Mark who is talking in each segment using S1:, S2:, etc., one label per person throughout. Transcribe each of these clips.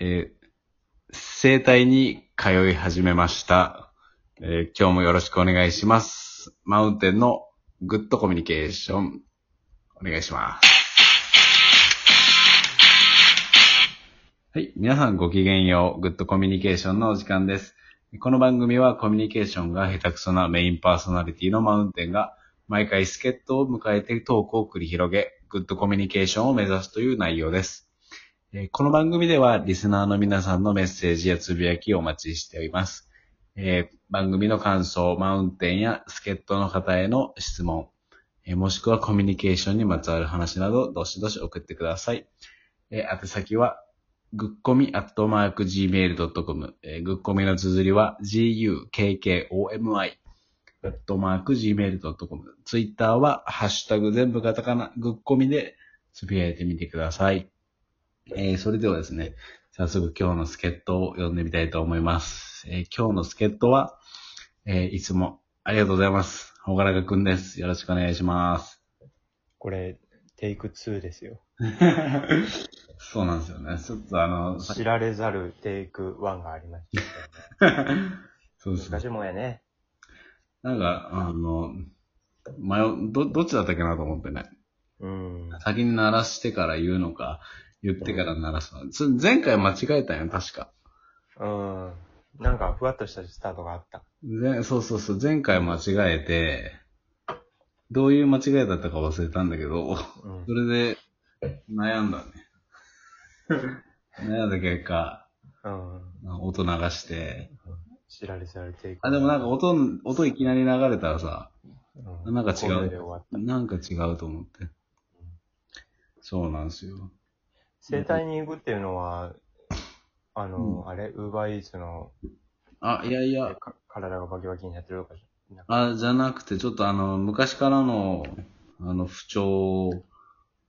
S1: えー、生体に通い始めました。えー今日もよろしくお願いします。マウンテンのグッドコミュニケーション、お願いします。はい。皆さんごきげんよう。グッドコミュニケーションのお時間です。この番組はコミュニケーションが下手くそなメインパーソナリティのマウンテンが毎回助っ人を迎えてトークを繰り広げ、グッドコミュニケーションを目指すという内容です。えーこの番組ではリスナーの皆さんのメッセージやつぶやきをお待ちしております。えー番組の感想、マウンテンや助っ人の方への質問、えーもしくはコミュニケーションにまつわる話など、どしどし送ってください。えー宛先は、ぐっこみアットマーク gmail.com。えーぐっこみの綴りは gukkomi アットマーク gmail.com。ツイッターは、ハッシュタグ全部カタカナ、ぐっこみでつぶやいてみてください。えーそれではですね、早速今日の助っ人を呼んでみたいと思います。えー今日の助っ人は、えーいつもありがとうございます。ほがらかくんです。よろしくお願いします。
S2: これ、テイク2ですよ。
S1: そうなんですよね。ちょっとあ の、さ
S2: 知られざるテイク1がありま したけ
S1: そうで
S2: どね。
S1: すね
S2: 難しいもんやね。
S1: なんか、あの、迷う、ど、どっちだったっけなと思ってね。
S2: うん。
S1: 先に鳴らしてから言うのか、言ってから鳴らすのか。それ前回間違えたんよ、確か。
S2: うん。なんか、ふわっとしたスタートがあった。
S1: ぜそうそうそう、前回間違えて、どういう間違いだったか忘れたんだけど、
S2: うん
S1: そ。れで悩んだね。悩んだ結果、
S2: うん。
S1: 音流して。
S2: 知られざるテイク。
S1: あ、でもなんか、音、音いきなり流れたらさ、
S2: うん、
S1: なんか違う
S2: これで終わった
S1: なんか違うと思って。そうなんですよ。
S2: 生体に行くっていうのは、あの、
S1: うん
S2: あれ、ウーバーイーツの
S1: あ、いやいや、
S2: か体がバキバキになってるとかじゃなく
S1: あ、じゃなくて、ちょっとあの、昔からの、あの、不調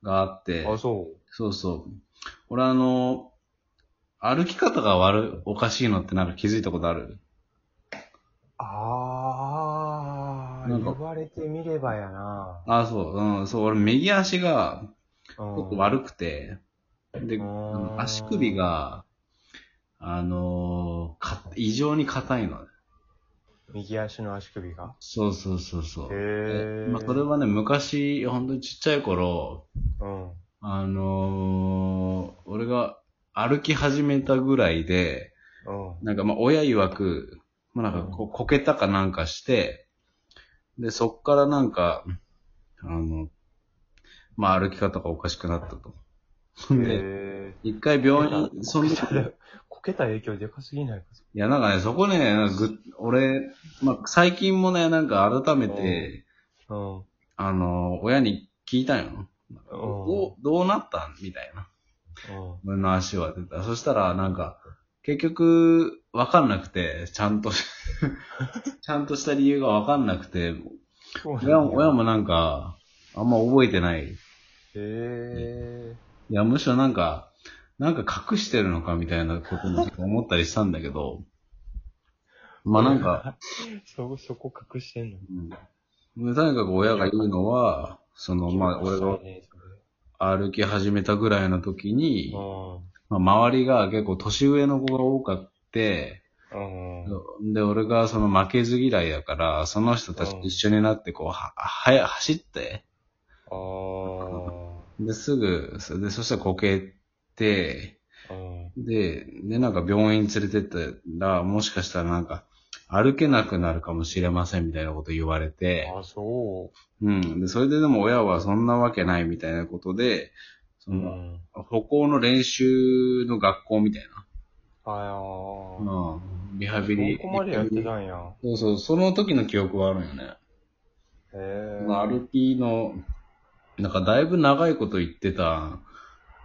S1: があって
S2: て、あ、そ
S1: そうそう。俺あの、歩き方が悪い、おかしいのってなんか気づいたことある
S2: う。ああ、
S1: なんか
S2: 言われてみればやな。
S1: あ、そう、うん、そう、俺右足が、
S2: う
S1: ち
S2: ん
S1: ょっと悪くて、で、あ
S2: うん
S1: の足首が、あのーか、異常に硬いのね。
S2: 右足の足首が。
S1: そうそうそうそう。
S2: へー
S1: でまあ、それはね、昔、ほんとにちっちゃい頃、
S2: うん。
S1: あのー俺が歩き始めたぐらいで、
S2: うん。
S1: なんかまあ親曰く、まあなんかここけたかなんかして、で、そっからなんか、あの、まあ歩き方がおかしくなったと。で、
S2: へ
S1: 一回病
S2: こ
S1: 院、その時、い
S2: ー こけた影響でかすぎないか。
S1: やなんかね、そこね、なんかぐ俺、まあ最近もね、なんか改めて、
S2: うん。うん。
S1: あの、親に聞いたんよ。どう、どうなったんみたいな。
S2: うん。
S1: 俺の足は出た。そしたら、なんか、結局、わかんなくて、ちゃんと 、ちゃんとした理由がわかんなくて、
S2: そうなんだ
S1: 親も、親もなんか、あんま覚えてない。い
S2: へえ。
S1: や、むしろなんか、なんか隠してるのかみたいなことも思ったりしたんだけど、まあなんか、
S2: そ、そこ隠してんの
S1: うん、とにかく親が言うのは、その、まあ俺が歩き始めたぐらいの時に、まあ、周りが結構年上の子が多かって、
S2: うん。うん。
S1: で、俺がその負けず嫌いだから、その人たちと一緒になって、こう、は、はや、走って、
S2: あー
S1: で、すぐ、そで、そしたらこけて、
S2: うん。
S1: で、で、なんか病院連れてったら、もしかしたらなんか、歩けなくなるかもしれませんみたいなこと言われて、
S2: あ、そ。
S1: うん。で、それででも親はそんなわけないみたいなことで、そう
S2: う
S1: の、
S2: ん。
S1: 歩行の練習の学校みたい
S2: ああ。
S1: な。うん。リハビリ。
S2: ここまでやってたんや。
S1: そうそう、その時の記憶はあるよね。
S2: へえ。
S1: まあ、歩きの、なんかだいぶ長いこと言ってたん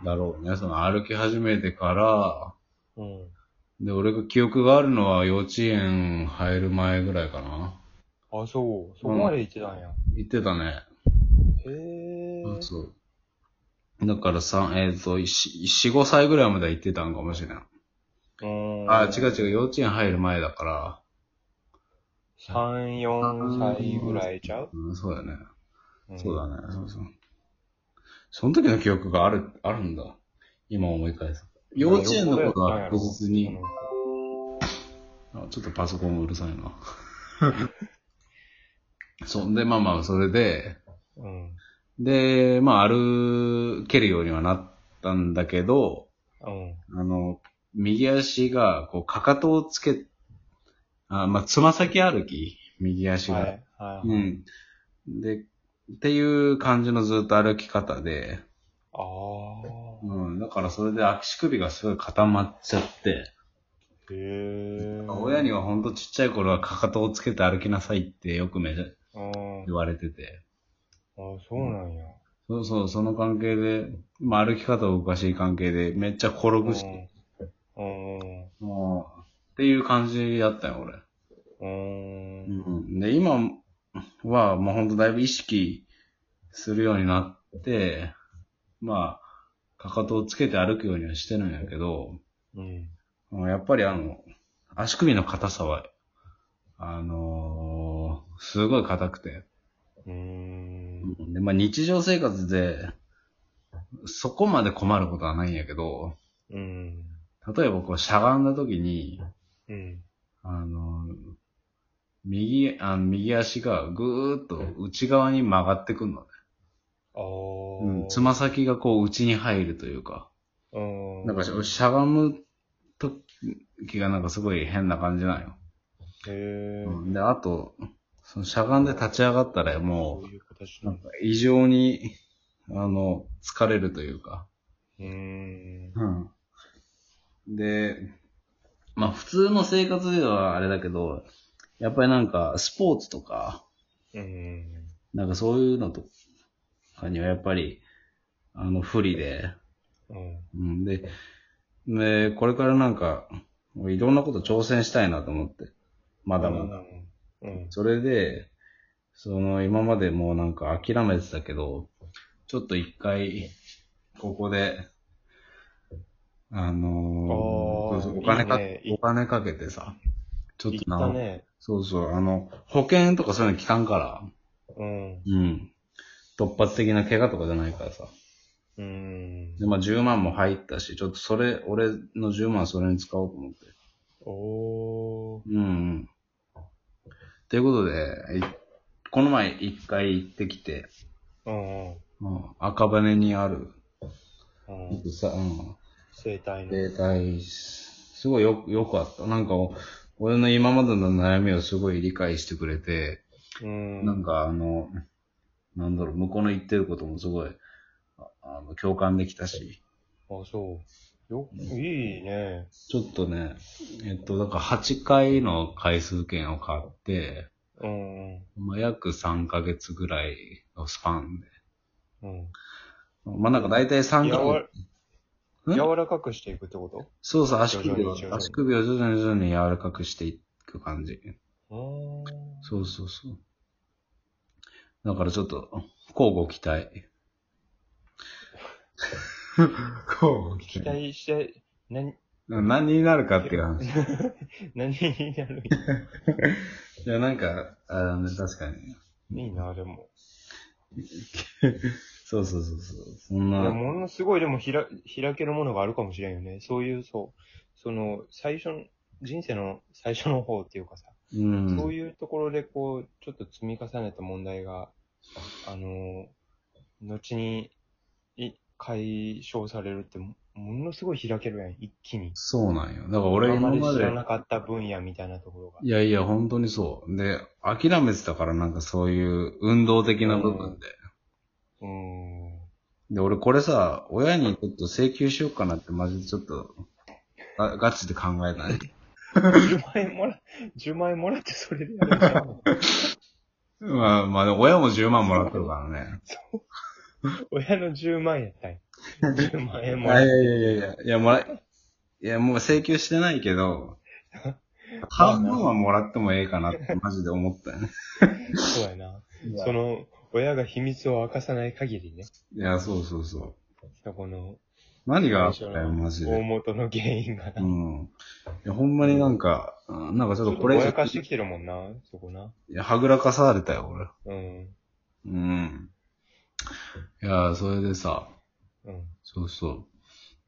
S1: だろうね。その歩き始めてから、
S2: うん。
S1: で、俺が記憶があるのは幼稚園入る前ぐらいかな。
S2: あ、そう。そこまで行ってたんや。
S1: 言ってたね。
S2: へえ。
S1: そう。だからさ、えっ、と、4、5歳ぐらいまでは行ってたんかもしれん。
S2: うん。
S1: あ、違う違う、幼稚園入る前だから、
S2: 3、4歳ぐらいちゃう
S1: うん、そうだね。
S2: うん
S1: そうだね、そうそう。その時の記憶がある、あるんだ。今思い返す。幼稚園の頃は確実
S2: うん
S1: に、あちょっとパソコンうるさいな。 そんで、まあまあ、それで、
S2: うん。
S1: で、まあ、歩けるようにはなったんだけど、
S2: うん。
S1: あの、右足が、こう、かかとをつけ、あまあ、つま先歩き右足が。
S2: はい。はい。
S1: う
S2: あ
S1: ん。で、っていう感じのずっと歩き方で、
S2: あー。
S1: うん。だからそれで足首がすごい固まっちゃって、
S2: へえ。
S1: 親にはほんとちっちゃい頃はかかとをつけて歩きなさいってよくめ
S2: うん。あ
S1: 言われてて、
S2: そうなんや。
S1: そうそう、その関係で、まあ歩き方おかしい関係でめっちゃ転
S2: うん
S1: ぶし、。
S2: うん。
S1: もう、っていう感じだったよ、俺。
S2: うん。
S1: うん、で、今は、もうほんとだいぶ意識するようになって、まあ、かかとをつけて歩くようにはしてるんやけど、
S2: うん。
S1: うんやっぱりあの、足首の硬さは、あのーすごい硬くて。
S2: うん。
S1: で、まあ日常生活で、そこまで困ることはないんやけど、
S2: うん。
S1: 例えばこうしゃがんだ時に、
S2: うん。
S1: あの、右、あの右足がぐーっと内側に曲がってくんのね。
S2: ああ。
S1: うん、つま先がこう内に入るというか、
S2: うん。
S1: なんかししゃがむ時がなんかすごい変な感じなんよ。
S2: へえ。
S1: うん、で、あと、そのしゃがんで立ち上がったら
S2: そ
S1: も
S2: ういう形
S1: う、なん
S2: の。
S1: か異常に、あの、疲れるというか。
S2: うん。
S1: うん。で、まあ普通の生活ではあれだけど、やっぱりなんかスポーツとか、
S2: うん。
S1: なんかそういうのとかにはやっぱり、あの、不利で、
S2: うん。
S1: うん、で、で、これからなんか、いろんなこと挑戦したいなと思って、まだまだ。
S2: うん。うん。
S1: それで、その、今までもうなんか諦めてたけど、ちょっと一回、ここで、あの
S2: あー
S1: お金か
S2: いいねい
S1: お金かけてさ、ちょっ
S2: 行
S1: と
S2: ったね。
S1: そうそう、あの、保険とかそういうの聞かんから、
S2: うん。
S1: うん。突発的な怪我とかじゃないからさ。
S2: うん。
S1: で、まあ10万も入ったし、ちょっとそれ、俺の10万それに使おうと思って。
S2: おー。
S1: うんうん。ということで、いこの前一回行ってきて、
S2: うんうん。
S1: うん、赤羽にある、
S2: うん。
S1: さ、うん、
S2: 生体の。
S1: 霊体、すごいよ、よかった。なんか、俺の今までの悩みをすごい理解してくれて、
S2: うん。
S1: なんかあの、なんだろう、向こうの言ってることもすごい、ああの、共感できたし。
S2: あ、そう。よ、いいね。
S1: ちょっとね、えっと、だから8回の回数券を買って、
S2: うん。うん
S1: まあ、約3ヶ月ぐらいのスパンで。
S2: うん。
S1: まあ、なんか大体3
S2: やわ
S1: ヶ月。ん
S2: 柔らかくしていくってこと
S1: そうそう、足首を
S2: 徐々に徐、々に
S1: 足首を徐々に徐々に柔らかくしていく感じ。
S2: うーん。
S1: そうそうそう。だからちょっと、交互期待。 交互
S2: 期。待して、何、
S1: 何になるかっていう話。
S2: 何になるんや
S1: いや、なんか、あの、確かに。
S2: いいな、でも。
S1: そうそうそうそう。そん
S2: い
S1: な。
S2: や、ものすごいでもひら、開けるものがあるかもしれんよね。そういう、そう、その、最初の、人生の最初の方っていうかさ、
S1: うん。
S2: そういうところでこう、ちょっと積み重ねた問題が、あの、後に、い、解消されるっても、ものすごい開けるやん、一気に。
S1: そうなんよ。だから俺今
S2: あま
S1: ま
S2: り知
S1: で
S2: ら、なかった分野みたいなところが。
S1: いやいや、本当にそう。で、諦めてたからなんかそういう運動的な部分で。
S2: うーん。
S1: で、俺これさ、親にちょっと請求しようかなってマジでちょっと、あガチで考えたね。
S2: 10万円もら、10万円 もらってそれでやるんちゃうの
S1: まあまあ、でも親も10万もらってるからね。
S2: 親の10万円やったんや。10万円
S1: い
S2: もら
S1: やい
S2: って。
S1: やいやいや、いや、もら、いや、もう請求してないけど、半分はもらってもええかなってマジで思ったよね。
S2: そうやな。その、親が秘密を明かさない限りね。
S1: いや、そうそうそう。
S2: そこの、
S1: 何があった
S2: 最初
S1: よ、マジで
S2: 大。元の原因がな。
S1: うん。いや、ほんまになんか、うんなんかち
S2: ち
S1: ょ
S2: ょ
S1: っ
S2: っ
S1: と
S2: と
S1: こ
S2: ぼ
S1: れ以上
S2: やかしてきてるもんな、そこな。
S1: いや、はぐらかされたよ、俺。
S2: うん。
S1: うん。いや、それでさ、
S2: うん。
S1: そうそ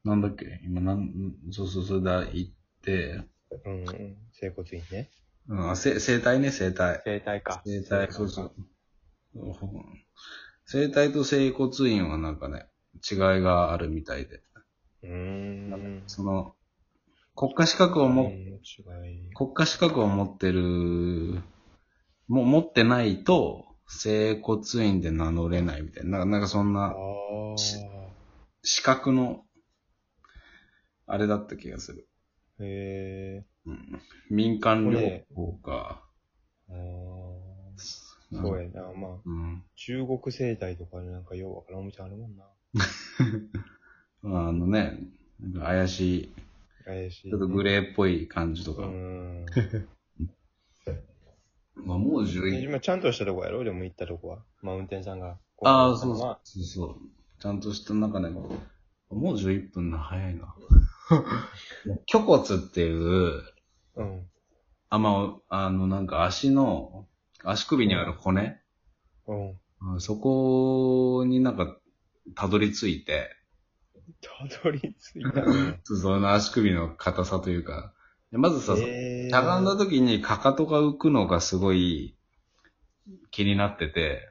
S1: う。なんだっけ今なん、そうそう、それだ、行って、
S2: うんうん。整骨院ね。
S1: うん、あ、せ整体ね、整体。
S2: 整体か。
S1: 整体、そうそう。ほ整体と整骨院はなんかね、違いがあるみたいで。
S2: うーん。
S1: その、国家資格を
S2: う
S1: も、
S2: ん違い。
S1: 国家資格を持ってる、も、持ってないと、整骨院で名乗れないみたいな。なんか、なんかそん
S2: ああ
S1: な、。資格の、あれだった気がする。
S2: へえ。
S1: うん、民間療法か。
S2: ああ。そうやな。まあ、
S1: うん。
S2: 中国整体とかでなんかようわからんお店あるもんな。
S1: あのね、なんか怪しい、
S2: 怪しい、
S1: ちょっとグレ
S2: レ
S1: ーっぽい感じと
S2: う
S1: か。
S2: ん。
S1: まあ、もう11。
S2: 今ちゃんとしたとこやろでも行ったとこは。マウンテンさんが。
S1: ああ、そう
S2: ま
S1: そうそうそう。ちゃんとした中でも、もう11分な、早 いな。虚骨っていう、
S2: うん。
S1: あ、まあ、あの、なんか足の、足首にある骨、
S2: うん。
S1: うんそこになんか、たどり着いて、
S2: たどり着いたね。
S1: その足首の硬さというか、まずさ、
S2: えー
S1: しゃがんだ時にかかとが浮くのがすごい気になってて、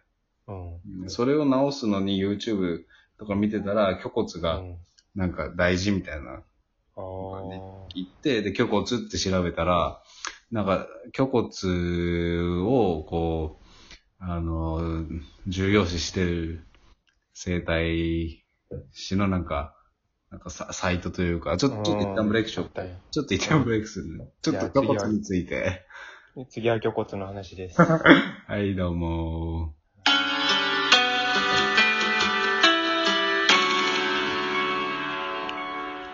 S2: うん。
S1: それを直すのに YouTube とか見てたら、虚骨
S2: う
S1: が
S2: ん
S1: なんか大事みたいな
S2: ああ。
S1: 言って、で、虚骨って調べたら、なんか、虚骨を、こう、あの、重要視してる生態師のなんか、なんかササイトというか、ちょっと、ちょっと一旦ブレイクしよう。
S2: ったよ
S1: ちょっと一旦ブレイクする。ちょっ
S2: じゃあ
S1: と
S2: 次は
S1: 虚骨について。
S2: 次は魚骨の話です。
S1: はい、どうも。